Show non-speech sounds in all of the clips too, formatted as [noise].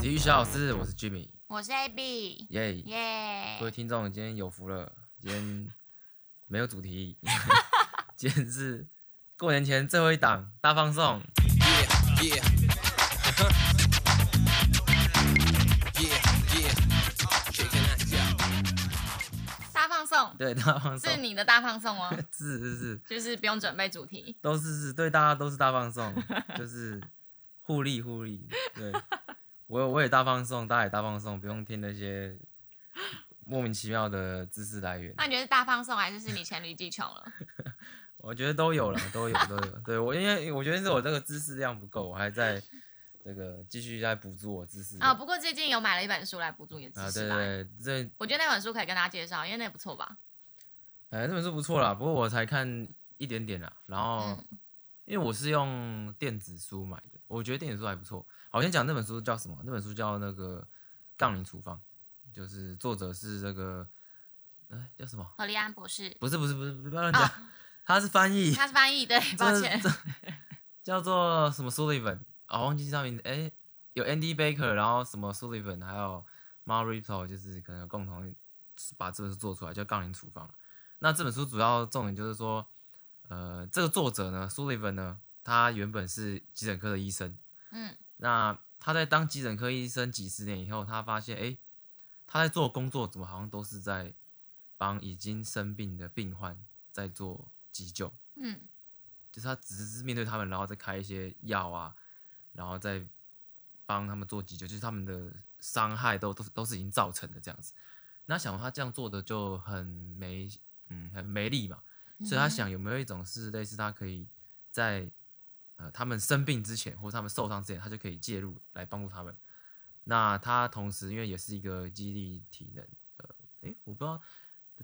体育小老师，我是 Jimmy，我是 AB，耶、耶各位听众，今天有福了，今天没有主 [laughs] 题，今天是过年前最后一档大放送。 Yeah. yeah, yeah. Checking that out. 大放送对，大放送是你的大放送哦，是是是，就是不用准备主题。都是是对大家都是大放送，就是互利互利。对，我也我也大放送，大家也大放送，不用听那些莫名其妙的知识来源。那你觉得是大放送还是是你黔驴技穷了？我觉得都有了，都有都有。对我因为我觉得是我这个知识量不够，我还在这个继续在补助我知识量啊，不过最近有买了一本书来补助你的啊，知识对吧？对对，这我觉得那本书可以跟大家介绍，因为那也不错吧？哎，那本书不错啦，不过我才看一点点啦。然后，嗯因为我是用电子书买的，我觉得电子书还不错。好，我先讲那本书叫什么？那本书叫那个《杠铃厨房》，就是作者是这个，哎，叫什么？何立安博 [laughs] 士不是不是不是，不要乱讲，啊，他是翻 [laughs] 译，他是翻译，对，抱这歉，这叫做什么 Sullivan 啊、忘记他名字。哎，有 Andy Baker，然后什么 Sullivan，还有 Mar Ripto，就是可能有共同把这本书做出来，叫《杠铃厨房》。那这本书主要重点就是说，呃，这个作者呢，Sullivan 呢，他原本是急诊科的医生。嗯那他在当急诊科医生几十年以后，他发现，哎、他在做工作怎么好像都是在帮已经生病的病患在做急救。嗯，就是他只是面对他们，然后再开一些药啊，然后再帮他们做急救，就是他们的伤害都都是都是已经造成的这样子。那想他这样做的就很没，嗯，很没力嘛， [laughs] 所以他想有没有一种是类似他可以在呃他们生病之前或他们受伤之前，他就可以介入来帮助他们。那他同时因为也是一个激励体能，呃，诶，我不知道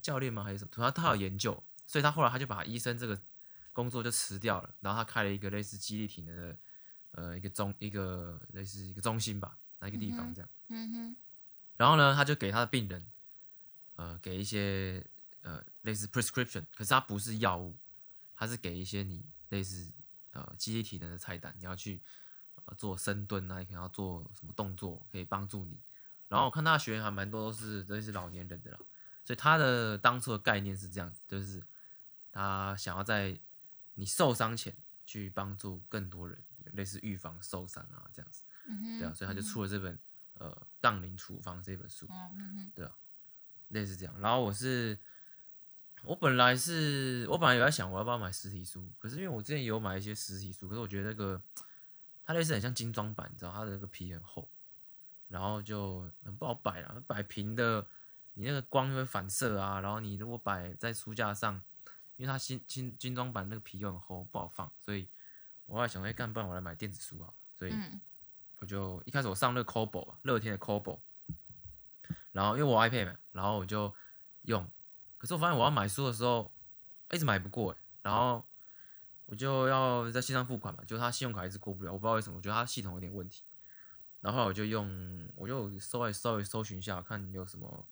教练吗还是什么，他他有研究，所以他后来他就把医生这个工作就辞掉了，然后他开了一个类似激励体能的呃一个中一个类似一个中心吧，那一个地嗯方哼这样。嗯哼，然后呢，他就给他的病人，呃，给一些呃类似 prescription，可是他不是药物，他是给一些你类似呃肌力体能的菜单，你要去、呃、做深蹲啊，你可能要做什么动作可以帮助你。然后我看他的学员还蛮多都是都是老年人的啦，所以他的当初的概念是这样子，就是他想要在你受伤前去帮助更多人，类似预防受伤啊这样子。嗯哼，对啊，所以他就嗯哼，出了这本呃《杠铃处方》这本书，嗯嗯哼，类似这样。然后我是，我本来是我本来有在想我要不要买实体书，可是因为我之前有买一些实体书，可是我觉得那个它类似很像精装版，你知道它的那个皮很厚，然后就很不好摆啦，摆平的你那个光又会反射啊，然后你如果摆在书架上，因为它新新精装版那个皮又很厚，不好放，所以我后来想，哎、干，不然我来买电子书啊，所以。嗯我就一开始我上那个 Kobo 吧，乐天的 Kobo，然后因为我 iPad 嘛，然后我就用，可是我发现我要买书的时候一直买不过欸然后我就要在线上付款嘛，就他信用卡一直过不了，我不知道为什么，我觉得他系统有点问题。然后后来我就用，我就稍微稍微搜寻一下，看有什么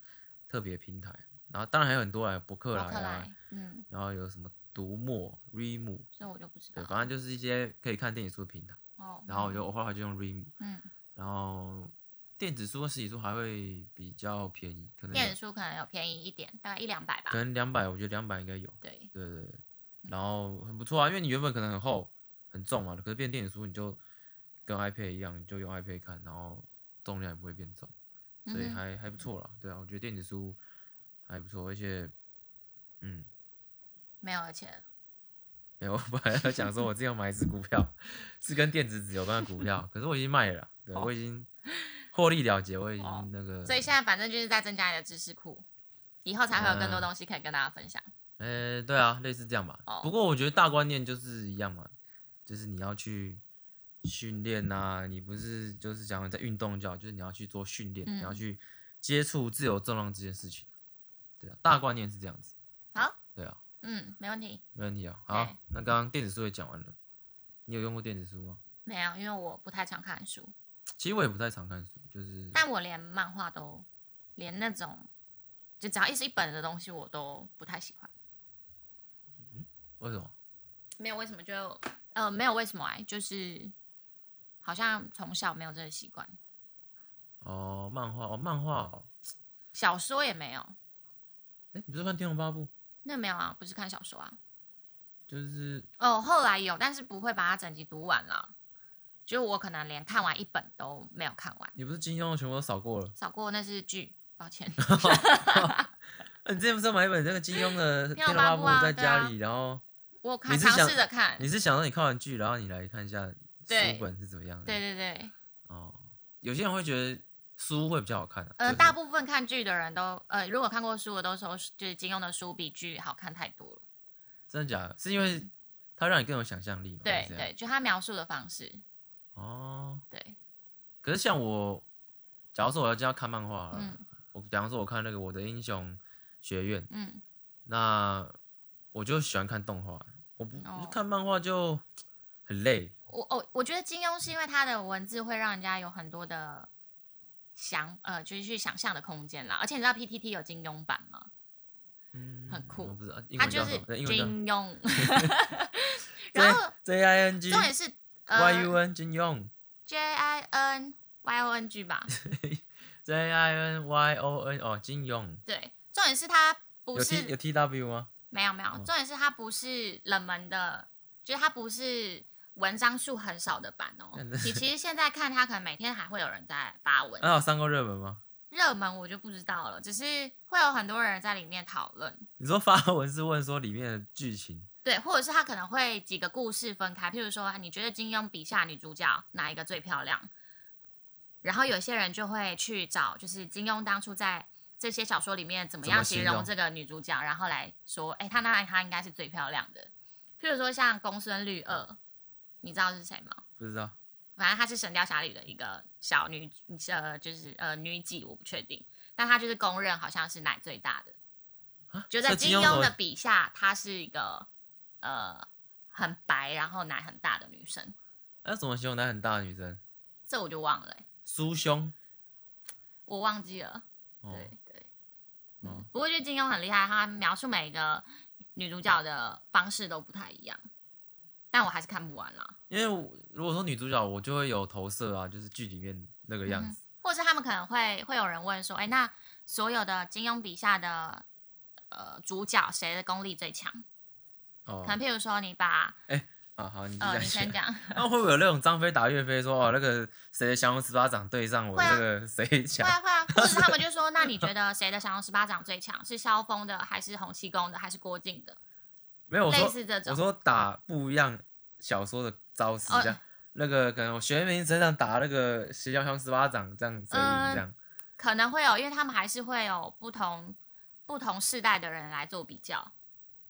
特别平台，然后当然还有很多啊，博客来伯克啊莱，，嗯，然后有什么读墨、Readmo，所以我就不知道对，，反正就是一些可以看电子书的平台。哦，然后我就我后来就用 Readmo，嗯，然后电子书和实体书还会比较便宜，可能电子书可能有便宜一点，大概一两百吧可，能两百，我觉得两百应该有，对，对对对，然后很不错啊，因为你原本可能很厚很重嘛，可是变电子书你就跟 iPad 一样，你就用 iPad 看，然后重量也不会变重，所以嗯哼还还不错啦，对啊，我觉得电子书还不错，而且嗯，没有而且没有，我本来要讲说 [laughs] 我之前有买一只股票，是跟电子纸有关的股票，可是我已经卖了啦，对我已经获利了结，我已哦经那个，所以现在反正就是在增加你的知识库，以后才会有更多嗯东西可以跟大家分享。呃、对啊，类似这样吧。哦不过我觉得大观念就是一样嘛，就是你要去训练呐，你不是就是讲在运动就好，就是你要去做训练，你要嗯去接触自由重量这件事情。对啊，大观念是这样子。好，对啊，嗯，没问题，没问题啊。好对，那刚刚电子书也讲完了，你有用过电子书吗？没有，因为我不太常看书，其实我也不太常看书，就是但我连漫画都，连那种就只要一是一本的东西我都不太喜欢。为什么？没有为什么就啊呃没有为什么哎、就是好像从小没有这个习惯。哦，漫画哦，漫画哦，小说也没有，哎，你不是看《天龙八部》？那没有啊，不是看小说啊。就是哦，后来有，但是不会把它整集读完啦。就我可能连看完一本都没有看完，你不是金庸全部都扫过了？少过那是剧，抱歉。啊 [laughs] 你之前不是买一本那个金庸的《天天龙龙八八部部啊》在对啊家里，然后我有看你是尝想试着看，你是想让你看完剧，然后你来看一下对书本是怎么样的？对对对，哦，有些人会觉得书会比较好看、啊。呃，就是大部分看剧的人都，呃，如果看过书的都说，就是金庸的书比剧好看太多了。真的假的？是因为它让你更有想象力嘛？还对是这样对，就他描述的方式，哦，对，可是像我，假如说我要这样看漫画好了，嗯我假如说我看那个《我的英雄学院》，嗯，那我就喜欢看动画，我不、哦就看漫画就很累。我哦，我觉得金庸是因为他的文字会让人家有很多的想，呃，就是去想象的空间啦。而且你知道 PTT 有金庸版吗？嗯很酷我不知道英他文就叫是什么？英文叫什么金庸， ？J 然后 J I N G [laughs] 重点是 Y U 呃 N 金庸 J I N Y O N G 吧？ J I N Y O N 哦，金庸对，重点是他不有 T 有是 T W 吗？没有没有，哦重点是他不是冷门的，就是他不是文章数很少的版哦。真的嗯你其实现在看他，可能每天还会有人在发文，那有上过热门吗？热门我就不知道了，只是会有很多人在里面讨论。你说发文是问说里面的剧情，对，或者是他可能会几个故事分开，譬如说，啊你觉得金庸笔下女主角哪一个最漂亮？然后有些人就会去找，就是金庸当初在这些小说里面怎么怎么样形形容容这个女主角，然后来说，哎，她那她应该是最漂亮的。譬如说像公孙绿二，你知道是谁吗？不知道。反正她是《神雕侠侣》的一个小女，呃，就是呃女几，我不确定，但她就是公认好像是奶最大的。啊就所在以金怎庸么的笔下，她是一个呃很白，然后奶很大的女生，那怎么形容奶很大的女生？这我就忘了欸、酥胸。我忘记了。哦，对对，嗯哦，不过就金庸很厉害，他描述每个女主角的方式都不太一样，但我还是看不完啦。因为我如果说女主角，我就会有投射啊，就是剧里面那个嗯样子。或是他们可能会会有人问说，哎，那所有的金庸笔下的呃主角谁的功力最强？哦可，能譬如说你把好好，你就呃，这你先样讲。讲，那会不会有那种张飞打岳飞说哦，那个谁的降龙十八掌对上我会啊这个谁会强？啊会啊，或者他们就说，那你觉得谁的降龙十八掌最强？是萧峰的，还是洪七公的，还是郭靖的？没有，我类说似这种我说打不一样小说的招式，哦这样、那个可能我学明身上打那个邪教枪十八掌，这样子而已嗯这样。可能会有，因为他们还是会有不同不同世代的人来做比较。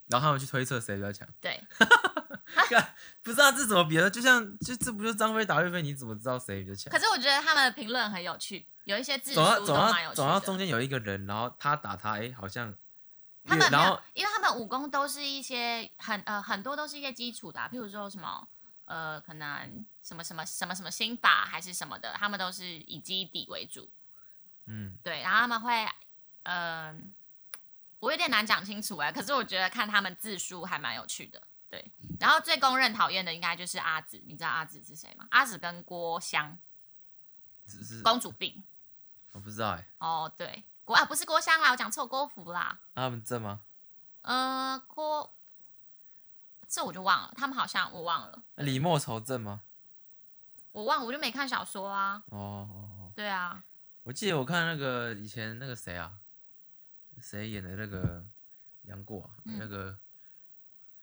然后他们去推测谁比较强，对，不知道、这怎么比的？就像就这不就是张飞打岳飞，你怎么知道谁比较强可？是我觉得他们的评论很有趣，有一些字总要数都总蛮有要趣总要中的。间有一个人，然后他打他，哎、好像他越们没然后有，因为他们武功都是一些很呃很多都是一些基础的啊、譬如说什么呃可能什么什么什么什么心法还是什么的，他们都是以基底为主。嗯，对，然后他们会，嗯、我有点难讲清楚哎、可是我觉得看他们字数还蛮有趣的。对，然后最公认讨厌的应该就是阿紫，你知道阿紫是谁吗？阿紫跟郭襄，只是公主病。我不知道哎、哦，对，郭啊不是郭襄啦，我讲错郭芙啦。那他们正吗？呃，郭，这我就忘了，他们好像我忘了，那李莫愁正吗？我忘了，我就没看小说啊。哦哦哦，对啊，我记得我看那个以前那个谁啊，谁演的那个杨过、啊嗯那个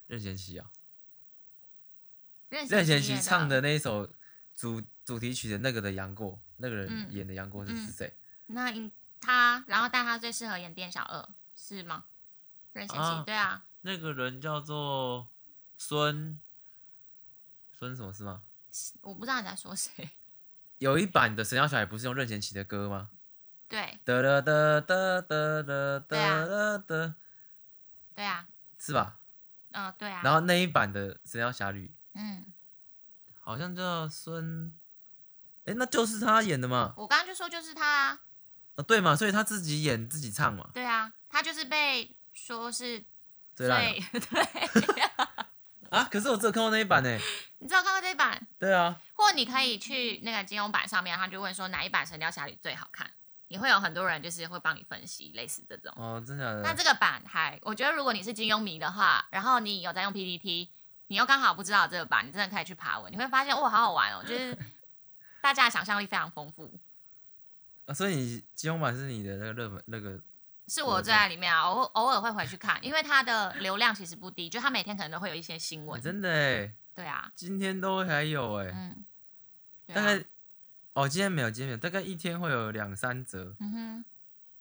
任贤齐啊，任任贤齐齐演啊唱的那一首主主题曲的那个的杨过，那个嗯人演的杨过是嗯是谁？那应他，然后但他最适合演店小二是吗？任贤齐、啊对啊，那个人叫做孙孙什么是吗？我不知道你在说谁。有一版的《神雕侠侣》不是用任贤齐的歌吗？对哒哒哒哒哒哒对啊哒哒哒，对啊，是吧？嗯、对啊。然后那一版的《神雕侠侣嗯，》好像叫孙，哎，那就是他演的嘛？我刚刚就说就是他啊，哦，对嘛，所以他自己演自己唱嘛，对啊，他就是被说是最烂的。 [laughs] 对啊啊！可是我只有看过那一版呢。你知道看过这一版？对啊，或你可以去那个金庸版上面，他就问说哪一版《神雕侠侣》最好看，也会有很多人就是会帮你分析类似这种。哦，真的那假的？这个版还，我觉得如果你是金庸迷的话，然后你有在用 PPT，你又刚好不知道这个版，你真的可以去爬文，你会发现哇，好好玩哦，就是 [laughs] 大家的想象力非常丰富，啊所以你金庸版是你的那个热门那个是我最爱里面啊，偶偶尔会回去看，因为它的流量其实不低，就它每天可能都会有一些新欸闻，真的哎，对啊，今天都还有哎，嗯，对大啊概哦今天没有，今天没有，大概一天会有两三折，嗯哼，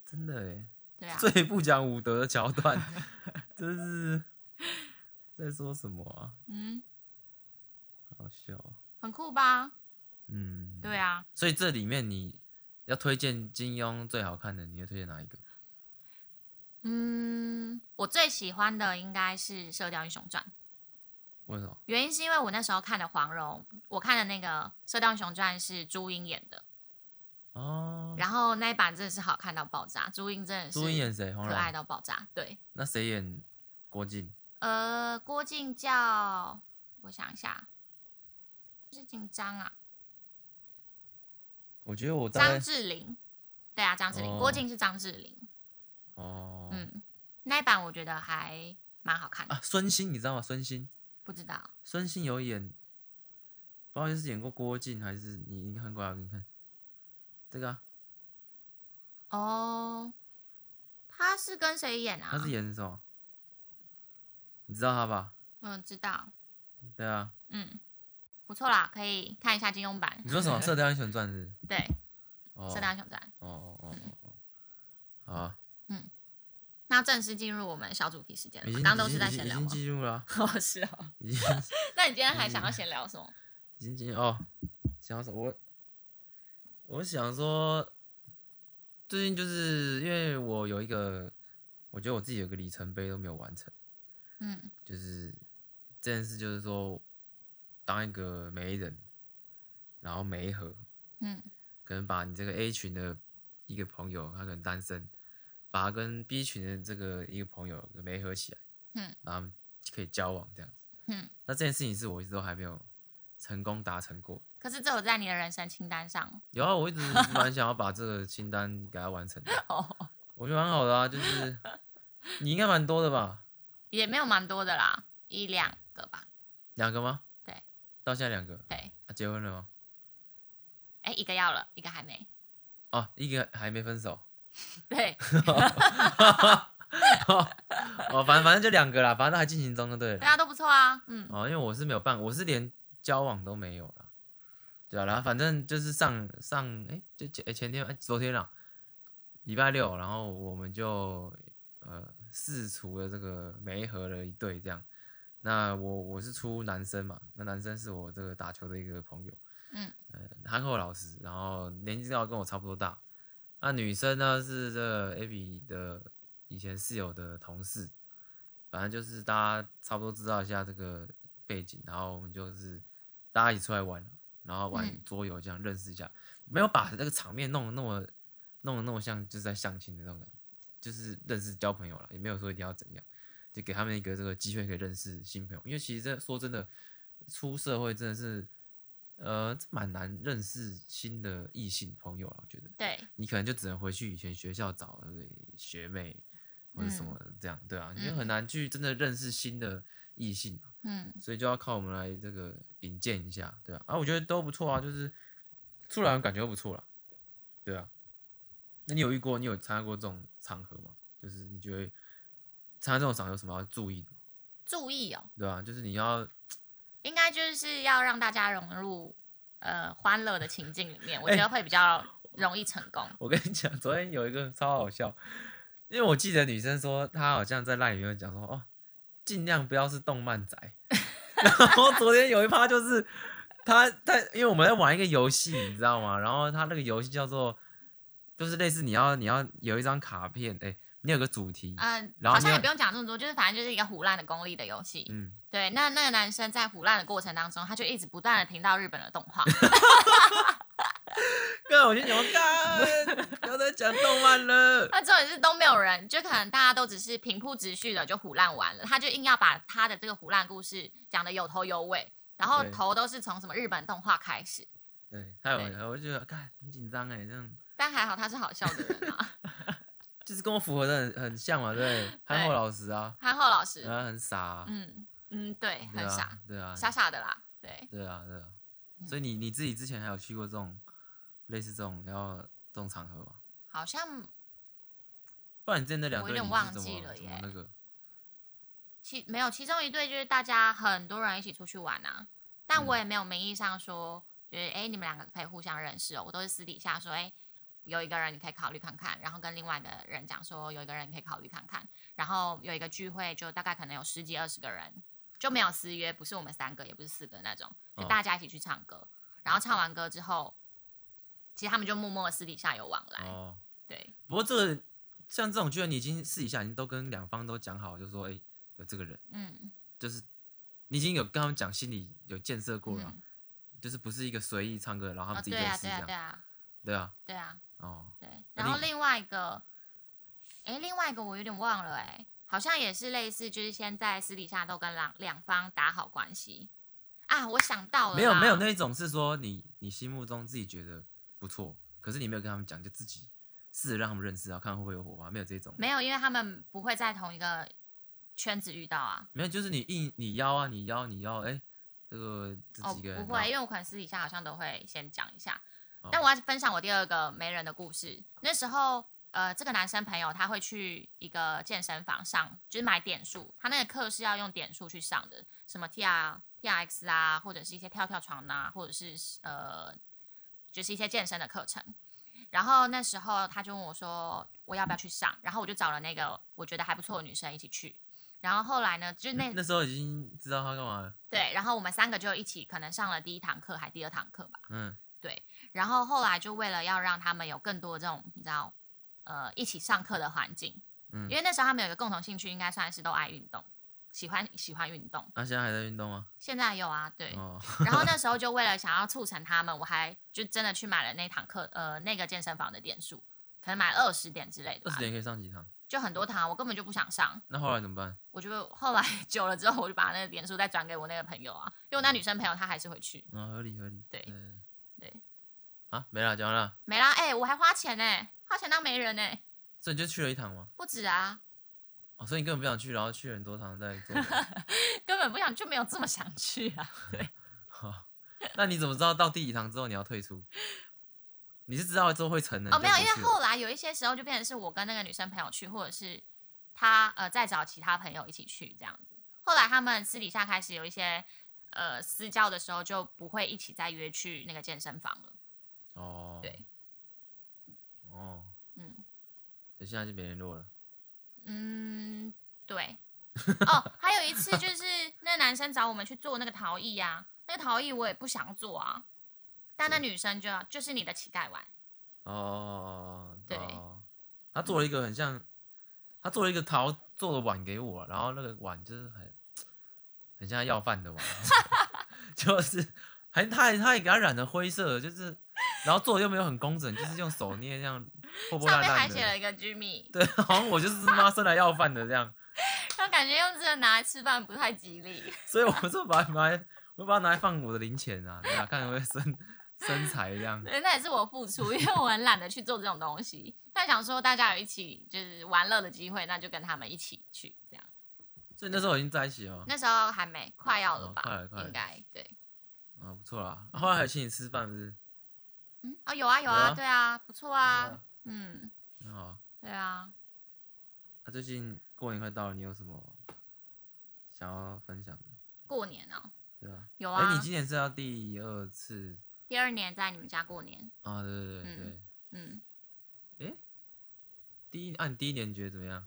真的哎，对啊，最不讲武德的桥段，真是 [laughs] 在说什么啊？嗯，好笑哦，很酷吧？嗯，对啊，所以这里面你要推荐金庸最好看的，你会推荐哪一个？嗯，我最喜欢的应该是《射雕英雄传》。为什么？原因是因为我那时候看的黄蓉，我看的那个《射雕英雄传》是朱茵演的，哦，然后那一版真的是好看到爆炸，朱茵真的是朱茵演谁？黄可蓉。爱到爆炸。对，那谁演郭靖？呃，郭靖叫我想一下，是紧张啊，我觉得我大张概智霖，对啊，张智霖，哦郭靖是张智霖，哦，嗯，那一版我觉得还蛮好看的，啊，孙兴你知道吗？孙兴，不知道孙兴有演，不好意思，演过郭靖还是你你看过啊？你看这个啊，哦，他是跟谁演啊？他是演什么？你知道他吧？嗯，知道，对啊，嗯，不错啦，可以看一下金庸版你，说什么？《射雕英雄传》是 [laughs] 对，不是？哦《射雕英雄传》。哦哦哦哦哦，好啊，那正式进入我们小主题时间了已吗，经刚刚都已是经在已闲经已聊经吗？进入了啊， [laughs] 哦，是哦。已经那你今天还想要闲聊什么？已经进入哦。想要什么？我我想说，最近就是因为我有一个，我觉得我自己有一个里程碑都没有完成。嗯就是这件事，就是说当一个媒人，然后媒合，嗯可能把你这个 A 群的一个朋友，他可能单身，把他跟 B 群的这个一个朋友给媒合起来，嗯，然后他们可以交往这样子。嗯。那这件事情是我一直都还没有成功达成过。可是这有在你的人生清单上有啊，我一直蛮想要把这个清单给他完成的，哦，我觉得蛮好的啊，就是你应该蛮多的吧？也没有蛮多的啦，一两个吧。两个吗？对，到现在两个。对，啊，结婚了吗？哎，一个要了，一个 [laughs] 还没。哦，一个还没分手。对，哦，反正反正就两个啦，反正都还进行中就对大了。家都不错啊。嗯哦，因为我是没有办，我是连交往都没有啦。对啊，然后反正就是上上哎、就前、诶前天哎、昨天啦，礼拜六，然后我们就呃试除了这个梅和了一对这样。那我我是出男生嘛，那男生是我这个打球的一个朋友，嗯，呃，韩国老师，然后年纪正好跟我差不多大。那女生呢是这个 Abby 的以前室友的同事，反正就是大家差不多知道一下这个背景，然后我们就是大家一起出来玩，然后玩嗯桌游这样认识一下，没有把这个场面弄得那么弄得那么像就是在相亲的那种感觉，就是认识交朋友了，也没有说一定要怎样，就给他们一个这个机会可以认识新朋友，因为其实这说真的，出社会真的是。呃，这蛮难认识新的异性朋友了，我觉得。对，你可能就只能回去以前学校找那个学妹或者什么这样，对啊，你就很难去真的认识新的异性嘛，嗯所以就要靠我们来这个引荐一下，对啊，啊，我觉得都不错啊，就是出来感觉都不错啦，对啊。那你有遇过，你有参加过这种场合吗？就是你觉得参加这种场合有什么要注意的吗，注意哦，对啊，就是你要， [laughs] 应该就是要让大家融入呃欢乐的情境里面，我哎觉得会比较容易成功。我跟你讲，昨天有一个超好笑，因为我记得女生说她好像在那里面讲说，哦，尽量不要是动漫宅。 [laughs] 然后昨天有一趴就是她她，因为我们在玩一个游戏，你知道吗？然后她那个游戏叫做，就是类似你要你要有一张卡片，哎，你有个主题，嗯、然后好像你也要不用讲这么多，就是反正就是一个胡乱的功利的游戏。嗯，对，那那个男生在腐烂的过程当中，他就一直不断的听到日本的动画，哥，我就想说，干，不要再讲动漫了。 [laughs] 那重点是都没有人，就可能大家都只是平铺直叙的就胡乱玩了，他就硬要把他的这个胡乱故事讲的有头有尾，然后对头都是从什么日本动画开始，对，还有对我就觉得，看很紧张哎，这样但还好他是好笑的人啊， [laughs] 就是跟我符合的很很像嘛，对不对，憨厚老实啊，憨厚 [laughs] 老师，然后很傻啊，嗯嗯，对，对很傻啊，，对啊，傻嗯傻的啦，对，对啊，对啊。所以你你自己之前还有去过这种类似这种然后这种场合吗？好像不然你之前那两我队有你点是忘怎记么了怎么耶那个？其没有，其中一对就是大家很多人一起出去玩啊，但嗯我也没有名义上说，就是哎、诶你们两个可以互相认识哦，我都是私底下说，哎、有一个人你可以考虑看看，然后跟另外一个人讲说有一个人你可以考虑看看，然后有一个聚会就大概可能有十几二十个人，就没有私约，不是我们三个也不是四个那种，就哦大家一起去唱歌，然后唱完歌之后，其实他们就默默地私底下有往来，哦，对不过这个像这种居然你已经试一下，你都跟两方都讲好，就说哎、有这个人，嗯，就是你已经有跟他们讲，心里有建设过了啊，嗯就是不是一个随意唱歌，然后他哦们自己对再啊试对这样，啊对啊对啊，对啊。哦，对，那然后另另外一个，诶，另外一个我有点忘了、诶，好像也是类似，就是先在私底下都跟两两方打好关系啊。我想到了，没有没有，那一种是说你你心目中自己觉得不错，可是你没有跟他们讲，就自己试着让他们认识，然后看会不会有火花，没有这种，没有，因为他们不会在同一个圈子遇到啊。没有，就是你硬你邀啊，你邀你邀，哎、这个这哦，几个人、不会，因为我可能私底下好像都会先讲一下。哦但我要分享我第二个没人的故事。那时候，呃，这个男生朋友他会去一个健身房上，就是买点数，他那个课是要用点数去上的，什么 T R T R X 啊，或者是一些跳跳床啊，或者是呃，就是一些健身的课程。然后那时候他就问我说，我要不要去上？然后我就找了那个我觉得还不错的女生一起去。然后后来呢，就是那那时候已经知道他干嘛了，对，然后我们三个就一起可能上了第一堂课还第二堂课吧。嗯，然后后来就为了要让他们有更多这种你知道，呃，一起上课的环境，嗯因为那时候他们有一个共同兴趣，应该算是都爱运动，喜欢喜欢运动。那、啊现在还在运动吗？现在有啊，对。哦，然后 [laughs] 那时候就为了想要促成他们，我还就真的去买了那堂课，呃，那个健身房的点数，可能买二十点之类的二吧十，点可以上几堂？就很多堂，我根本就不想上。那后来怎么办？我就后来 [laughs] 久了之后，我就把那个点数再转给我那个朋友啊，因为我那女生朋友她还是会去。啊、合理合理。对嗯对，啊，没了，讲完了。没啦，哎、我还花钱呢、花钱当媒人呢、所以你就去了一堂吗？不止啊，哦，所以你根本不想去，然后去了很多堂再 [laughs] 做。根本不想，就没有这么想去啊。好， [laughs] 那你怎么知道到第几堂之后你要退出？你是知道之后会成的？哦，你嗯没就有，不因为去了后来有一些时候就变成是我跟那个女生朋友去，或者是她呃再找其他朋友一起去这样子。后来他们私底下开始有一些呃私交的时候，就不会一起再约去那个健身房了。哦，对，哦，嗯所以现在就没联络了。嗯，对。哦，还有一次就是那男生找我们去做那个陶艺啊，那个陶艺我也不想做啊，但那女生就要就是你的乞丐碗，哦，对哦他做了一个很像，他做了一个陶做的碗给我，然后那个碗就是很很像要饭的碗， [laughs] 就是还他还他也给他染了灰色，就是然后做的又没有很工整，就是用手捏这样破破烂上面还烂写的了，一个 Jimmy，对，好像我就是妈生来要饭的这样，那感觉用这个拿来吃饭不太吉利。所以我就把它拿来，我把它拿来放我的零钱啊，对啊，看有没有生生财这样，对，那也是我付出，因为我很懒得去做这种东西。但想说大家有一起就是玩乐的机会，那就跟他们一起去这样。所以那时候已经在一起了吗，那时候还没，快要了哦吧？快了快了应该对。啊、不错啦，后来还请你吃饭不是，嗯，哦，有啊有有啊，啊对啊，不错有啊啊，嗯，很好啊。对啊。那、最近过年快到了，你有什么想要分享的？过年哦，对啊，有哎、啊你，今年是要第二次第二年在你们家过年，啊？对对对嗯对，嗯，第一，按、啊你第一年觉得怎么样？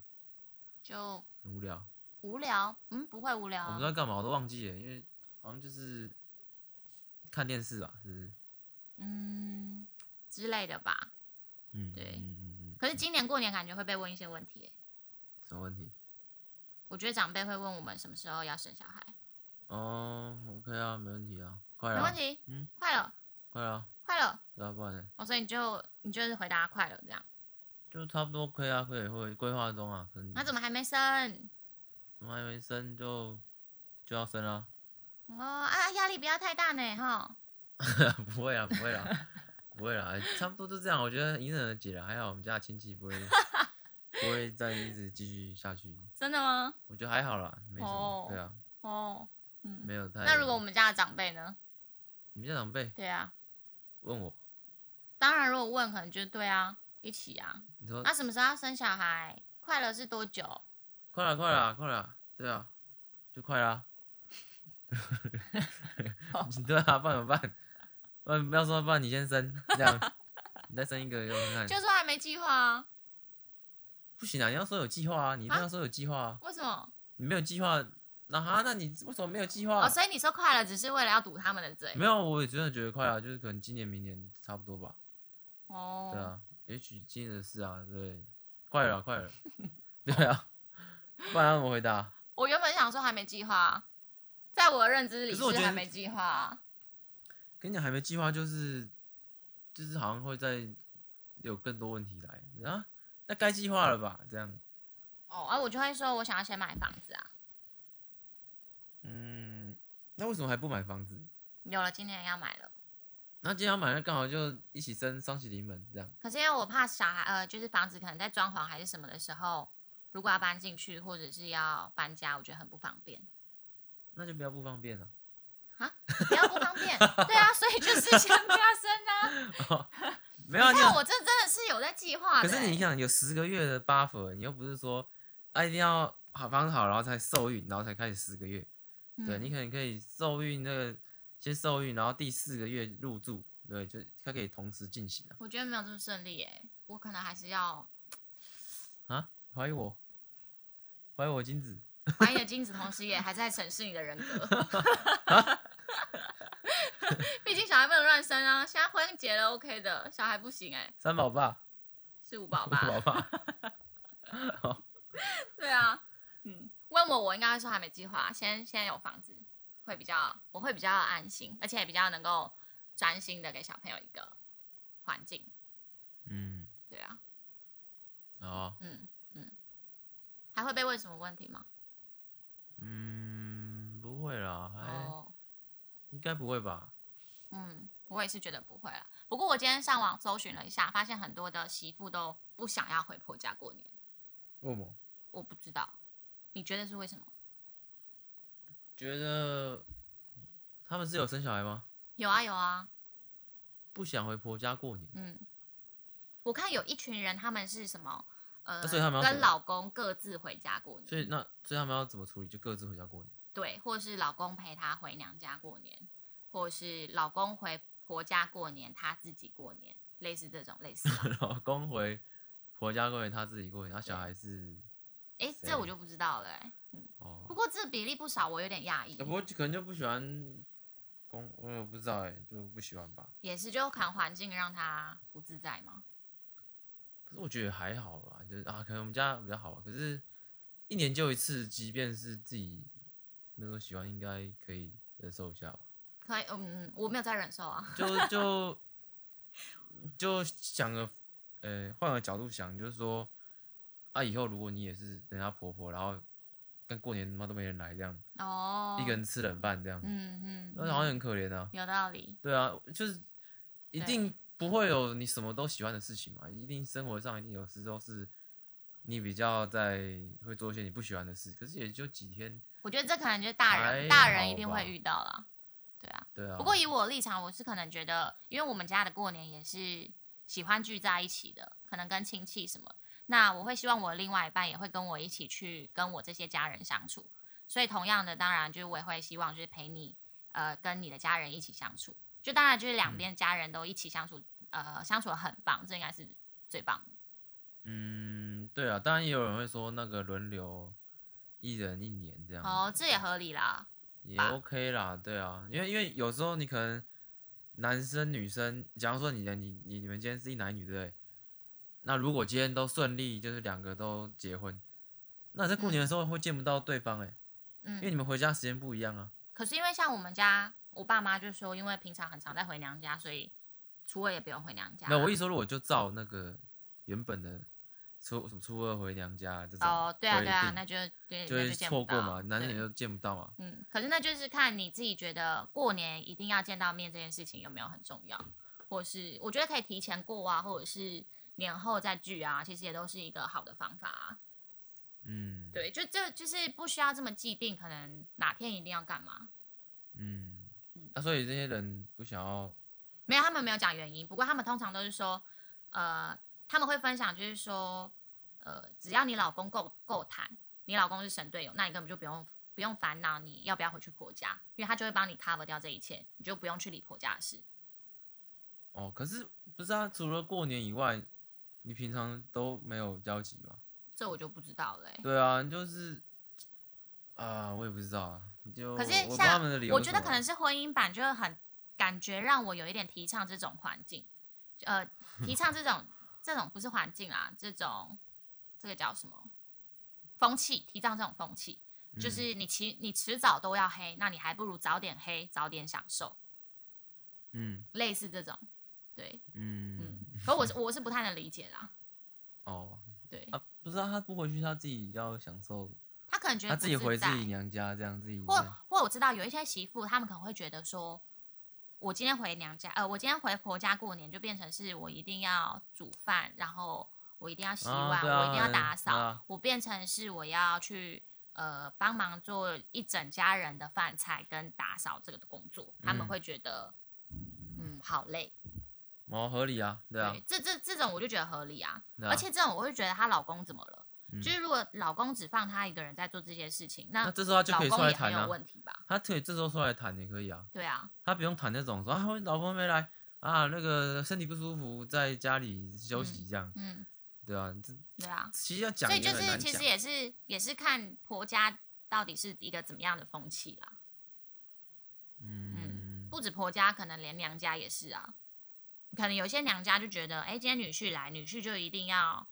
就很无聊，无聊，嗯，不会无聊我啊不知，道干嘛，我都忘记了，因为好像就是看电视吧，是不是？嗯之类的吧。嗯，对嗯嗯嗯。可是今年过年感觉会被问一些问题耶，什么问题？我觉得长辈会问我们什么时候要生小孩，哦，OK 啊，没问题啊，快没了问啊，题，嗯快了，快了啊，快了。对啊，不然呢哦，所以你就你就是回答快了这样。就差不多可以啊，可以会规划中啊，可能那怎么还没生？我还没生就就要生了， [laughs] 哦啊，压力不要太大呢，哈。不会啊，不会啦，不会啦，差不多就这样，我觉得迎刃而解了，还好我们家亲戚不 [laughs] 会不会再一直继续下去，真的吗？我觉得还好啦，没什么，哦对啊，哦，嗯。没有太。那如果我们家的长辈呢？你们家长辈对啊，问我，当然如果问，可能就对啊，一起啊。你说那什么时候要生小孩？快了是多久？快了，快了，快了，对啊，就快 [laughs] 啦、对啊，不然怎么办？不然不要说，不然你先生，这样你再生一个给我看就看。说还没计划啊？不行啊，你要说有计划啊，你一定要说有计划啊。为什么？你没有计划，那哈，那你为什么没有计划？哦，所以你说快了，只是为了要堵他们的嘴。没有，我也真的觉得快了，就是可能今年、明年差不多吧。哦，对啊，也许今年的事啊，对，快了，快了，对 [laughs] 啊，不然要怎么回答？我原本想说还没计划，啊在我的认知里可是我觉得还没计划。啊跟你讲，还没计划就是就是好像会再有更多问题来啊，那该计划了吧？这样，哦，啊，我就会说我想要先买房子啊，嗯，那为什么还不买房子？有了今年要买了。那今天要买，那刚好就一起生双喜临门这样。可是因为我怕小孩，呃，就是房子可能在装潢还是什么的时候，如果要搬进去或者是要搬家，我觉得很不方便。那就比较不方便了。 [laughs] 不要不方便，对啊，所以就是先不要生啊。 [laughs] 没有啊，你你看有我这真的是有在计划可的欸、是你想有十个月的 buffer，你又不是说啊一定要好房子好，然后才受孕，然后才开始十个月。对嗯你可能可以受孕那个先受孕，然后第四个月入住，对，就它可以同时进行啊。我觉得没有这么顺利诶、欸我可能还是要啊，怀疑我，怀疑我精子。把你的精子，同时也还在审视你的人格。 [laughs] 毕竟小孩不能乱生啊，现在婚结了 OK 的，小孩不行哎、三宝爸，是五宝五吧？宝 [laughs] 爸，对啊，嗯，问我我应该会说还没计划，先先有房子会比较，我会比较安心，而且也比较能够专心的给小朋友一个环境。嗯，对啊，哦，嗯嗯，还会被问什么问题吗？嗯，不会啦，还、哦，应该不会吧？嗯，我也是觉得不会啦。不过我今天上网搜寻了一下，发现很多的媳妇都不想要回婆家过年，为什么？我不知道，你觉得是为什么？觉得他们是有生小孩吗？有啊有啊，不想回婆家过年，嗯，我看有一群人他们是什么？呃，啊所以他们要怎跟么老公各自回家过年，所以那所以他们要怎么处理？就各自回家过年。 [laughs] 对，或是老公陪她回娘家过年，或是老公回婆家过年，她自己过年，类似这种类似 [laughs] 吧。老公回婆家过年，他自己过年，然后小孩是哎，谁这我就不知道了、欸。哦不，过这比例不少，我有点讶异呃。不过可能就不喜欢公，我也不知道哎、就不喜欢吧。也是，就可能环境让她不自在嘛。可是我觉得还好吧，就是啊，可能我们家比较好吧。可是，一年就一次，即便是自己没有喜欢，应该可以忍受一下吧。可以，嗯，我没有在忍 [laughs] 受啊。就就就想个，呃，换个角度想，就是说，啊，以后如果你也是人家婆婆，然后跟过年他妈都没人来这样，哦，一个人，吃冷饭这样，嗯嗯，那好像嗯很可怜啊。有道理。对啊，就是一对定不会有你什么都喜欢的事情嘛，一定生活上一定有时候是你比较在会做一些你不喜欢的事，可是也就几天，我觉得这可能就是大人，还大人好一定吧会遇到啦。对啊，对啊。不过以我的立场，我是可能觉得，因为我们家的过年也是喜欢聚在一起的，可能跟亲戚什么，那我会希望我另外一半也会跟我一起去跟我这些家人相处。所以同样的，当然就是我也会希望就是陪你，呃，跟你的家人一起相处。就当然就是嗯两边家人都一起相处，呃，相处的很棒，这应该是最棒的。嗯，对啊，当然也有人会说那个轮流一人一年这样，哦，这也合理啦。也吧 OK 啦，对啊，因为因为有时候你可能男生女生，假如说你的你你你们今天是一男一女对不对？那如果今天都顺利，就是两个都结婚，那在过年的时候会见不到对方哎、因为嗯，你们回家时间不一样啊。可是因为像我们家，我爸妈就说，因为平常很常在回娘家，所以初二也不用回娘家啦。那我一说，如果就照那个原本的初什么初二回娘家这种哦，对啊，规对啊，定那就对，就那会见错不过到嘛，男生对也就见不到嘛。嗯，可是那就是看你自己觉得过年一定要见到面这件事情有没有很重要，或是我觉得可以提前过啊，或者是年后再聚啊，其实也都是一个好的方法啊。嗯，，对，就这就是不需要这么既定，可能哪天一定要干嘛。嗯嗯，那、所以这些人不想要，没有，他们没有讲原因，不过他们通常都是说，呃，他们会分享就是说，呃，只要你老公够够谈，你老公是神队友，那你根本就不用不用烦恼你要不要回去婆家，因为他就会帮你 cover 掉这一切，你就不用去理婆家的事。哦，可是不是啊？除了过年以外，你平常都没有交集吗？这我就不知道了欸、对啊，就是啊、我也不知道啊，就可是我我不知道他像们的理由我是觉什得么啊可能是婚姻版就很感觉让我有一点提倡这种环境，呃，提倡这种这种不是环境啦，这种这个叫什么风气？提倡这种风气，就嗯是你迟你迟早都要黑，那你还不如早点黑，早点享受，嗯类似这种。 [laughs] 对，嗯嗯，可我是我是不太能理解啦。哦对啊，不是啊，他不回去，他自己要享受，他可能觉得他不自己回自自在己娘家这样自己或在或我知道有一些媳妇，她们可能会觉得说，我今天回娘家，呃，我今天回婆家过年，就变成是我一定要煮饭，然后我一定要洗碗，啊对啊我一定要打扫，啊我变成是我要去呃帮忙做一整家人的饭菜跟打扫这个工作，他们嗯会觉得嗯好累，哦合理啊，对啊，这这这种我就觉得合理啊，对啊而且这种我会觉得她老公怎么了？嗯就是如果老公只放她一个人在做这些事情，那那这时候他就老可以出公来也很谈有啊，问题吧？他可以这时候出来谈也可以啊，对啊，他不用谈那种说啊我老婆没来啊，那个身体不舒服，在家里休息这样，嗯，对啊，这对啊，其实要讲所以也就很是难其实讲，也是也是看婆家到底是一个怎么样的风气啦。嗯，不止婆家，可能连娘家也是啊。可能有些娘家就觉得，哎、今天女婿来，女婿就一定要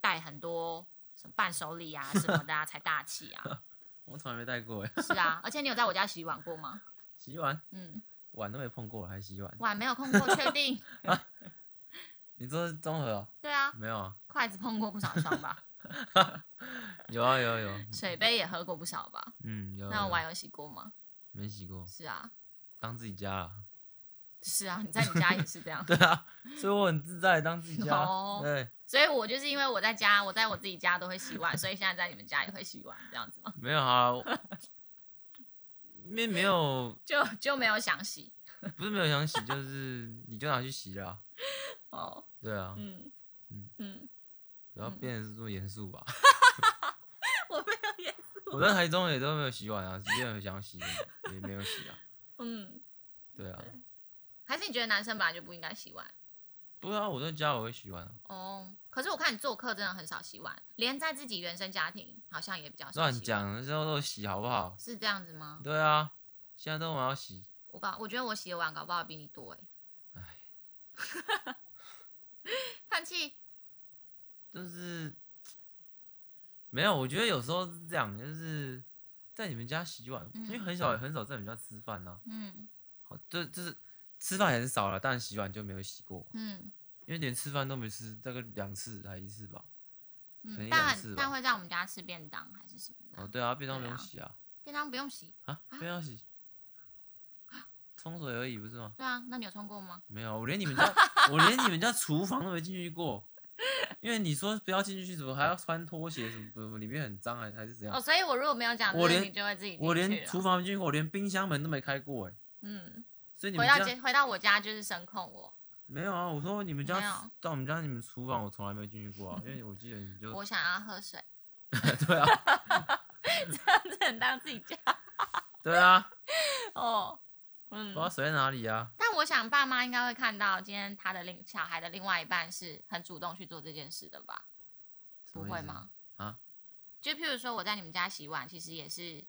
带很多什么伴手礼啊什么的啊，才大气啊。我从来没带过哎， [laughs] 是啊，而且你有在我家洗碗过吗？洗碗嗯，碗都没碰过，还洗碗，碗没有碰过，确定？ [laughs] 你这是综合哦对啊，没有啊？筷子碰过不少双吧，有啊有啊有啊，水杯也喝过不少吧。嗯有啊，那有啊碗有洗过吗？没洗过，是啊，当自己家啊。 [laughs] 是啊，你在你家也是这样。 [laughs] 对啊，所以我很自在当自己家。哦对，所以我就是因为我在家，我在我自己家都会洗碗，所以现在在你们家也会洗碗，这样子吗？没有啊，我没没有，就就没有想洗不是没有想洗，就是你就拿去洗啊。 [laughs] 哦，对啊，嗯嗯嗯， [laughs] 不要变得这么严肃吧。我没有也 [laughs] 我在台中也都没有洗碗啊，即便有想洗也 [laughs] 没有洗啊。嗯，对啊，还是你觉得男生本来就不应该洗碗不是啊，我在家我会洗碗啊，哦？可是我看你做客真的很少洗碗，连在自己原生家庭好像也比较少洗碗乱，讲的时候都洗好不好？是这样子吗？对啊，现在都我要洗，我搞，我觉得我洗的碗搞不好比你多哎、唉， [laughs] 叹气，就是没有，我觉得有时候是这样，就是在你们家洗碗，因为嗯很少很少在你们家吃饭呐、啊嗯好，这就是吃饭很少了，但洗碗就没有洗过，嗯因为连吃饭都没吃，大概两次还一次吧。可能嗯，一但两次吧但会在我们家吃便当还是什么的，哦，对啊，便当不对用啊洗啊，便当不用洗，啊，便当洗，冲水而已不是吗？对啊，那你有冲过吗？没有，我连你们家，我连你们家厨房都没进去过，因为你说不要进去，怎么还要穿拖鞋什么什么，里面很脏还还是怎哦，样？所以我如果没有讲这啊我个，连你就会自己进去我连了厨房没进去过，我连冰箱门都没开过哎、嗯，所以你回们到家家回到我家就是声控我，没有啊？我说你们没家有到我们家你们厨房我从来没进去过啊，因为我记得你就我想要喝水， [laughs] [laughs] 对啊这样子很当自己家对啊，哦。不嗯知，道水在哪里啊。但我想爸妈应该会看到今天他的另小孩的另外一半是很主动去做这件事的吧？什不么意会思吗？？啊？就譬如说我在你们家洗碗，其实也是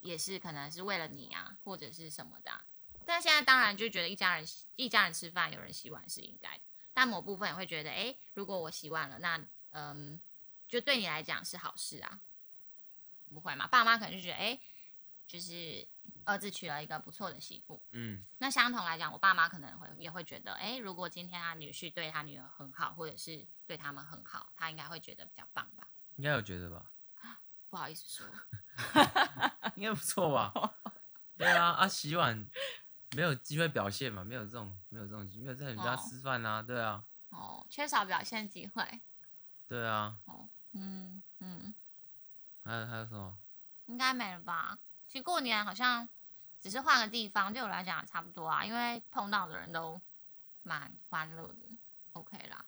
也是可能是为了你啊，或者是什么的啊、但现在当然就觉得一家人一家人吃饭有人洗碗是应该的，但某部分也会觉得，诶，如果我洗碗了，那嗯，就对你来讲是好事啊，不会嘛？爸妈可能就觉得，诶，就是儿子娶了一个不错的媳妇。嗯那相同来讲，我爸妈可能会也会觉得，哎，如果今天他女婿对他女儿很好，或者是对他们很好，他应该会觉得比较棒吧？应该有觉得吧？不好意思说，应该不错吧？对啊，啊，洗碗没有机会表现嘛，没有这种，没有这种，没有在你家哦吃饭啊，对啊，哦，缺少表现机会，对啊，嗯嗯，还有还有什么？应该没了吧？其实过年好像只是换个地方，对我来讲也差不多啊，因为碰到的人都蛮欢乐的，OK 啦，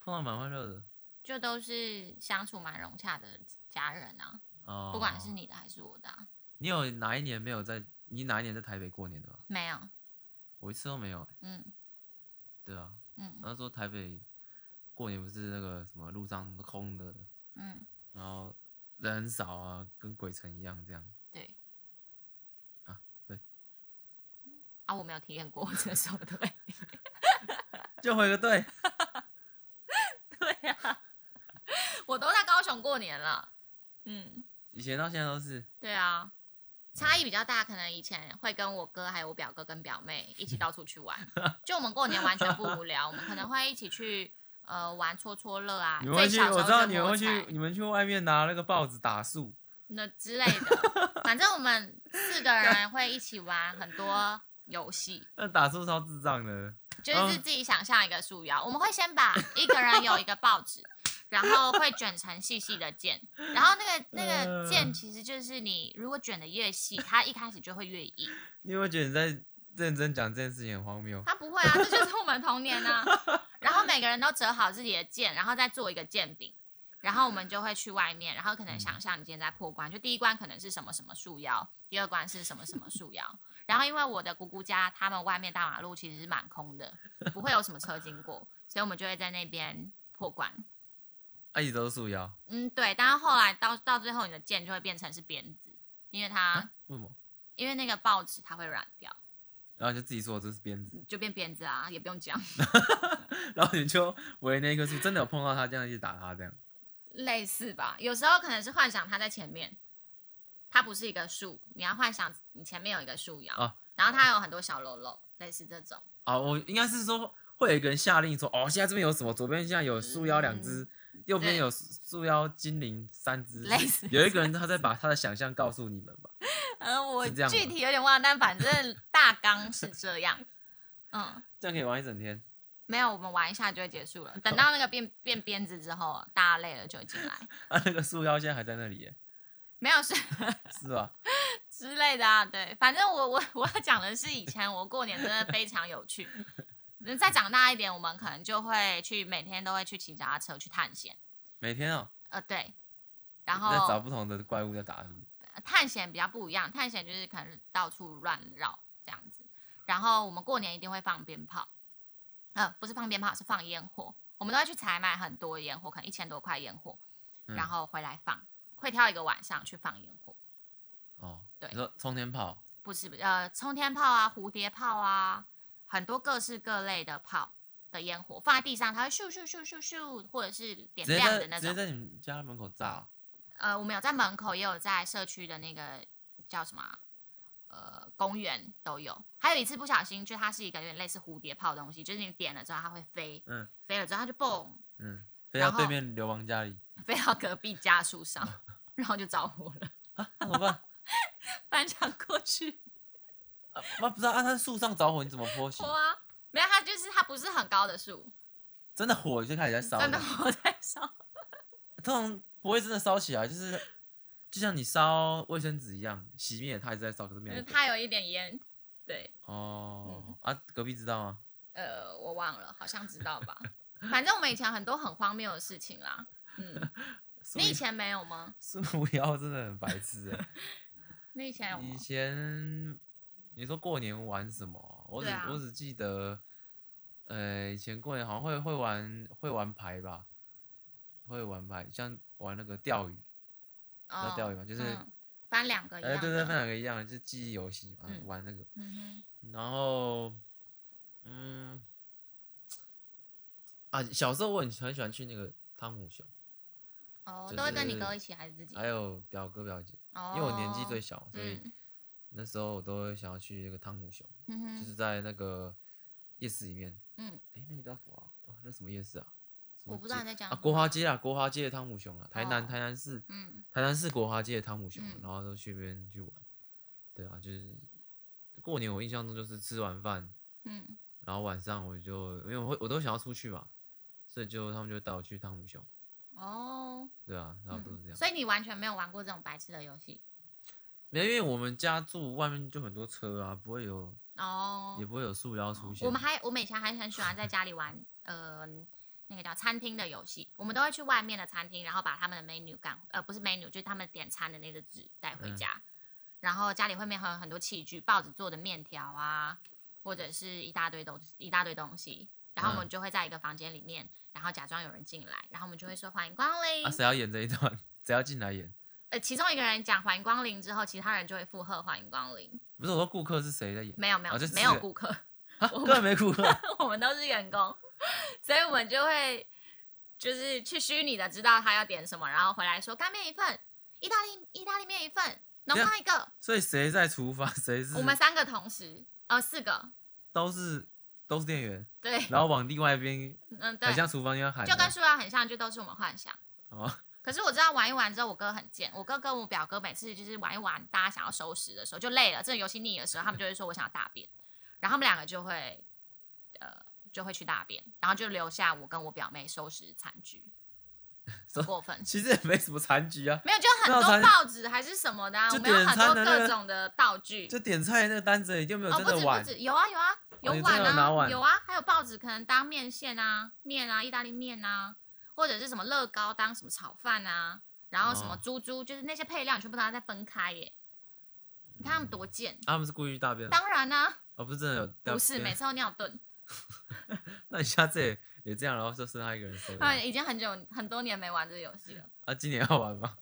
碰到蛮欢乐的就都是相处蛮融洽的家人啊，哦。不管是你的还是我的、啊，你有哪一年没有在，你哪一年在台北过年的吧？没有，我一次都没有、欸。嗯对啊，嗯那时候台北过年不是那个什么路上都空的，嗯，然后人很少啊，跟鬼城一样这样。对，啊对，啊，我没有体验过，我只能说对。就回个队， [laughs] 对啊，我都在高雄过年了。嗯，以前到现在都是。对啊，差异比较大，可能以前会跟我哥还有我表哥跟表妹一起到处去 [laughs] 玩，就我们过年完全不无聊，我们可能会一起去呃玩戳戳乐啊，你们会最去，小时我候知道就你们摸会去，彩你们去外面拿那个报纸打树，那之类的，反正我们四个人会一起玩很多。游戏那打树超智障的。就是自己想象一个树苗，我们会先把一个人有一个报纸，然后会卷成细细的箭，然后那个那个箭其实就是你如果卷的越细，它一开始就会越硬。你有没有觉得你在认真讲这件事情很荒谬？他不会啊，这就是我们童年啊。然后每个人都折好自己的剑，然后再做一个剑柄，然后我们就会去外面，然后可能想象你今天在破关，就第一关可能是什么什么树妖，第二关是什么什么树妖。然后因为我的姑姑家他们外面大马路其实是蛮空的，不会有什么车经过，所以我们就会在那边破关。啊，一直都是树妖，嗯，对。但是后来到到最后，你的剑就会变成是鞭子，因为它、为什么？因为那个报纸它会软掉，然后你就自己说这是鞭子， [laughs] 就变鞭子啊，也不用讲。然后你就围那棵树，真的有碰到他，这样一直打他这样。类似吧，有时候可能是幻想它在前面，它不是一个树，你要幻想你前面有一个树摇，啊然后它有很多小喽啰，类似这 [laughs] 种。啊，我应该是说会有一个人下令说，哦，现在这边有什么？左边现在有树妖两只，右边嗯对有树树妖精灵三只类似，有一个人他在把他的想象告诉你们吧。嗯、我是这样吗具体有点忘了，但反正大纲是这样。嗯，这样可以玩一整天。没有，我们玩一下就会结束了。等到那个变变鞭子之后，大家累了就会进来，啊，那个树妖现在还在那里耶，没有是是吧？之类的啊。对，反正我我我要讲的是，以前我过年真的非常有趣。 [laughs] 嗯再长大一点，我们可能就会去每天都会去骑脚踏车去探险。每天哦，呃，对，然在找后不同的怪物在打他们。呃探险比较不一样，探险就是可能到处乱绕这样子。然后我们过年一定会放鞭炮，呃，不是放鞭炮，是放烟火。我们都会去采买很多烟火，可能一千多块烟火，然嗯后回来放，会挑一个晚上去放烟火，哦，对你说冲天炮，不是呃冲天炮啊、蝴蝶炮啊，很多各式各类的炮的烟火放在地上，它会咻咻咻咻咻，或者是点直接亮在的那直接种。在你们家门口炸哦、呃，我们有在门口，也有在社区的那个叫什么啊、呃，公园都有。还有一次不小心，就它是一个有点类似蝴蝶炮的东西，就是你点了之后它会飞，嗯飞了之后它就蹦嗯，飞然到后对面流氓家里飞到隔壁家树 [laughs] 上，然后就着火了，啊，那怎么办？翻墙过去 [laughs] 啊，啊不知道啊，他在树上着火，你怎么泼洗泼？啊。没有，它就是它不是很高的树，真的火就开始在烧真的了，火在烧。通常不会真的烧起来，就是就像你烧卫生纸一样，洗面也它也是在烧，可是没有火。它有一点烟，对，嗯哦，啊，隔壁知道吗？呃，我忘了，好像知道吧。反正我们以前很多很荒谬的事情啦。 [laughs] 嗯，树你以前没有吗？ [laughs] 树妖真的很白痴哎、你以前有吗以？前你说过年玩什么啊？我只、对啊我只记得，呃，以前过年好像会会玩会玩牌吧，会玩牌，像玩那个钓鱼，哦钓鱼嘛就是嗯翻两个一哎、样的。对对，那两个一样，就是记忆游戏嘛，嗯玩那个。嗯哼然后，嗯，啊，小时候我很很喜欢去那个汤姆熊，哦就，都会跟你是哎哥一起还是自己？还有表哥表姐，哦，因为我年纪最小，所以嗯那时候我都会想要去那个汤姆熊，嗯就哼，是在那个夜市里面，嗯，哎、那个叫什么、啊？哦，那什么夜市啊？什么我不知道街你在讲啊，什国华么街啊，国华街的汤姆熊啊，台南、哦台南市嗯，台南市国华街的汤姆熊，嗯然后都去那边去玩。对啊，就是过年我印象中就是吃完饭，嗯，然后晚上我就因为我会我都想要出去嘛，所以就他们就带我去汤姆熊。哦，对啊，差不多是这样。嗯所以你完全没有玩过这种白痴的游戏没有，因为我们家住外面就很多车啊，不会有哦也。不会有塑料出现。我们还我们以前还很喜欢在家里玩，呃，那个叫餐厅的游戏，我们都会去外面的餐厅，然后把他们的 menu 干，呃，不是 menu，就是他们点餐的那个纸带回嗯家，然后家里会面还有很多器具，报纸做的面条啊，或者是一大堆东一大堆东西。然后我们嗯就会在一个房间里面，然后假装有人进来，然后我们就会说欢迎光临。啊，谁要演这一段？ [laughs] 谁要进来演？呃，其中一个人讲欢迎光临之后，其他人就会附和欢迎光临。不是我说顾客是谁在演？没有没有、啊就没四有个顾客，啊，根本没顾客。 [laughs] 我们都是员工，所以我们就会就是去虚拟的知道他要点什么，然后回来说干面一份，意大利意大利面一份，浓等一汤一个。所以谁在厨房？谁啊是？我们三个同时，呃，四个，都是都是店员，对，然后往另外一边，嗯哦对很，像厨房一样喊的。就跟数量很像，就都是我们幻想。哦，可是我知道玩一玩之后，我哥很贱。我哥跟我表哥每次就是玩一玩，大家想要收拾的时候就累了，这个游戏腻的时候，他们就会说我想要大便，然后他们两个就会呃就会去大便，然后就留下我跟我表妹收拾残 [laughs] 局，收很过分。其实也没什么残局啊，没有，就很那多餐报纸还是什么的、啊，就我们有点很餐多的那各个种的道具。就点菜那个单子里就没有哦，真不的止不碗，止，有啊有啊，有你真碗的有拿啊，碗有啊，还有报纸可能当面线啊、面啊、意大利面啊，或者是什么乐高当什么炒饭啊，然后什么哦猪猪，就是那些配料你全部拿来再分开耶。你看他们多贱！啊他们是故意去大便，当然啦、哦，不是真的有大便。不是每次都尿遁，那你下次也也这样，然后就剩他一个人收他的。哎们已经很久很多年没玩这个游戏了。啊，今年要玩吗？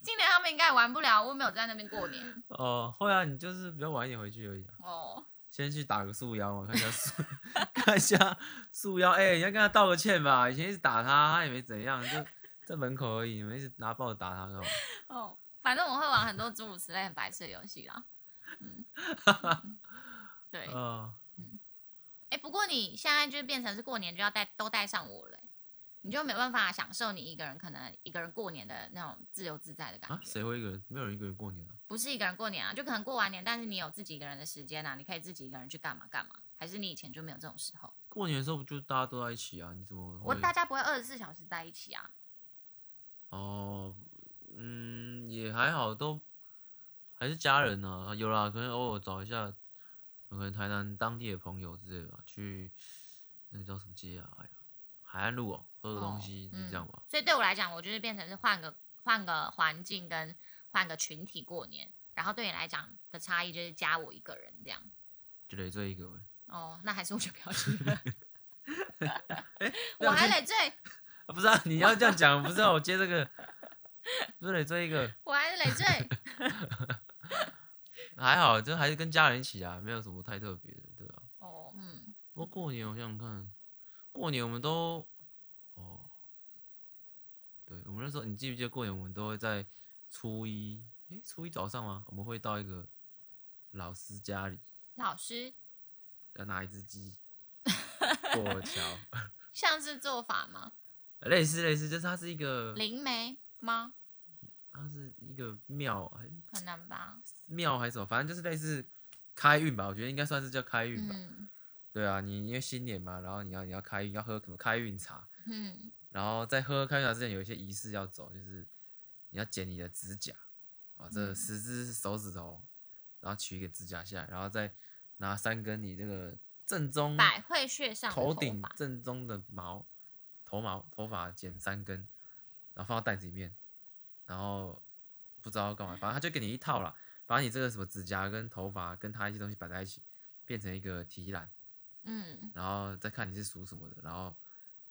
今年他们应该也玩不了，我没有在那边 [laughs] 过年哦，会啊，你就是比较晚一点回去而已啊。哦。先去打个束腰嘛，看一下束， [laughs] 看一下束腰。哎、你要跟他道个歉吧。以前一直打他，他也没怎样，就在门口而已。你们一直拿报纸打他干嘛？哦，反正我会玩很多诸如此类很白痴的游戏啦。嗯，对。哎、哦，不过你现在就变成是过年就要带都带上我了欸、你就没办法享受你一个人可能一个人过年的那种自由自在的感啊，觉。谁会一个人？没有人一个人过年啊。不是一个人过年啊，就可能过完年，但是你有自己一个人的时间啊，你可以自己一个人去干嘛干嘛。还是你以前就没有这种时候？过年的时候不就大家都在一起啊？你怎么我会？大家不会二十四小时在一起啊。哦，嗯，也还好，都还是家人呢、啊。有啦，可能偶尔找一下，可能台南当地的朋友之类的吧，去那个叫什么街啊？哎呀，海岸路哦，喝个东西、就这样吧嗯。。所以对我来讲，我就是变成是换个换个环境跟换个群体过年，然后对你来讲的差异就是加我一个人这样。就累赘一个欸。哦，那还是我就不要去 [laughs] 了， [laughs] 没我有还去累赘，啊不是啊，你要这样讲，不是啊，我接这个，不是累赘一个，我还是累赘。还好，就还是跟家人一起啊，没有什么太特别的，对啊。哦，嗯，不过过年我想想看，过年我们都哦，对我们那时候，你记不记得过年我们都会在初一，诶，初一早上吗？我们会到一个老师家里，老师要拿一只鸡过桥，像是做法吗？类似类似，就是它是一个，灵媒吗？它是一个庙，还可能吧。庙还是什么，反正就是类似开运吧，我觉得应该算是叫开运吧。嗯对啊，你因为新年嘛，然后你要你要开运，要喝什么开运茶，嗯，然后在喝开运茶之前有一些仪式要走，就是你要剪你的指甲啊，这嗯十只手指头，然后取一个指甲下来，然后再拿三根你这个正中百会穴上的头头顶发正中的毛头毛头发剪三根，然后放到袋子里面，然后不知道干嘛，反正他就给你一套啦，把你这个什么指甲跟头发跟他一些东西摆在一起，变成一个提篮，嗯，然后再看你是属什么的，然后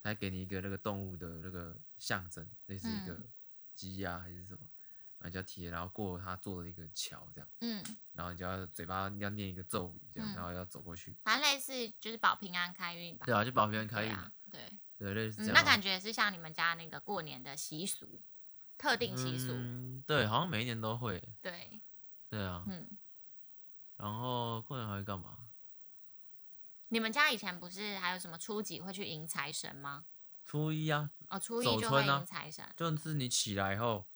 他还给你一个那个动物的那个象征，类似一个嗯鸡呀、还是什么，然后你就要提，然后过他做的一个桥这样，嗯，然后你就要嘴巴要念一个咒语这样，嗯然后要走过去，反正类似就是保平安开运吧。对啊，就保平安开对运啊嘛，，对。对，类似这嗯，样那啊。感觉也是像你们家那个过年的习俗，特定习俗，嗯嗯，对，好像每一年都会。对，对啊，嗯，然后过年还会干嘛？你们家以前不是还有什么初几会去迎财神吗？初一啊，哦，初走一就会春啊迎财神，就是你起来以后，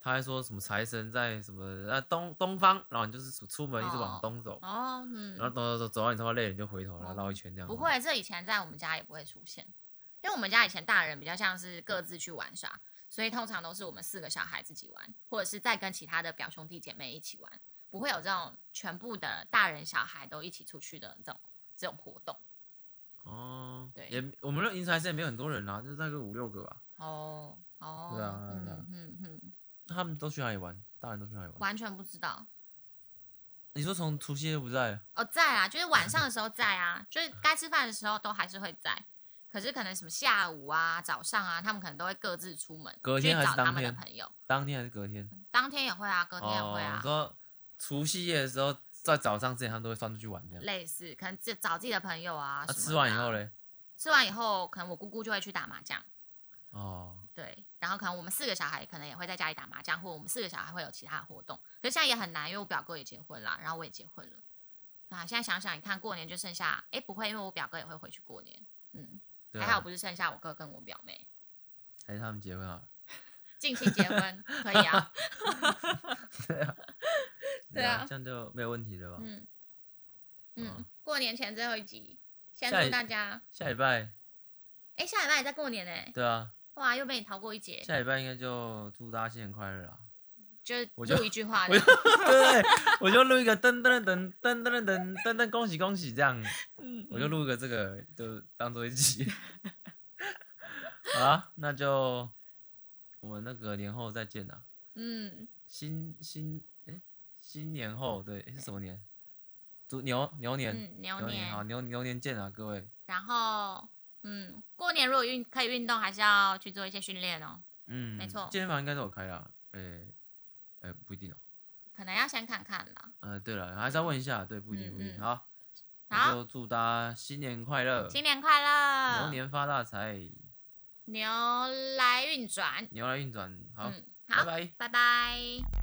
他还说什么财神在什么啊东东方，然后你就是出出门一直往哦东走，哦，然后嗯，哦走走走走到你他妈累了，你就回头，然后绕一圈这样。不会，这以前在我们家也不会出现，因为我们家以前大人比较像是各自去玩耍，所以通常都是我们四个小孩自己玩，或者是再跟其他的表兄弟姐妹一起玩，不会有这种全部的大人小孩都一起出去的这种这种活动。哦，对也我们那银财神也没有很多人啊，就是那个五六个吧。哦哦，对啊对啊嗯嗯嗯，那他们都去哪里玩？大人都去哪里玩？完全不知道。你说从除夕夜不在了，哦，在啊，就是晚上的时候在啊，就是该吃饭的时候都还是会在。可是可能什么下午啊、早上啊，他们可能都会各自出门，隔天还去是找他当们的天朋友。当天还是隔天？当天也会啊，隔天也会哦，啊你，说除夕夜的时候，在早上之前他们都会翻出去玩这样。类似可能自找自己的朋友啊。那什么吃的完以啊后，嘞？吃完以后，可能我姑姑就会去打麻将，哦，对，然后可能我们四个小孩可能也会在家里打麻将，或者我们四个小孩会有其他的活动。可是现在也很难，因为我表哥也结婚啦，然后我也结婚了。啊，现在想想，你看过年就剩下，哎，不会，因为我表哥也会回去过年，嗯，对还好啊，不是剩下我哥跟我表妹。还是他们结婚啊？近期结 [laughs] 婚可以啊， [laughs] 对啊这样就没有问题了吧？嗯好嗯，过年前最后一集，先下一祝大家，下礼拜，哎，下礼拜也在过年呢，对啊，哇，又被你逃过一劫，下礼拜应该就祝大家新年快 [laughs] 乐啦！就是我就录一句话我就对，我就录一个噔噔噔噔噔噔噔噔噔，恭喜恭喜这样，我就嗯录一个这个，就当做一集。 [laughs] 好啦，那就我们那个年后再见啦。嗯，新新哎、新年后对、诶是什么年？猪牛牛年，嗯，牛牛好年，牛牛年见啊，各位。然后嗯，过年如果运可以运动，还是要去做一些训练哦，嗯，没错健身房应该都有开啦。诶、诶、不一定哦、可能要先看看啦。呃，对了，还是要问一下，对，不一定，嗯不一定。嗯好，那好就祝大家新年快乐，新年快乐，呃牛年发大财，牛来运转，牛来运转。好，嗯，拜好，拜。拜拜。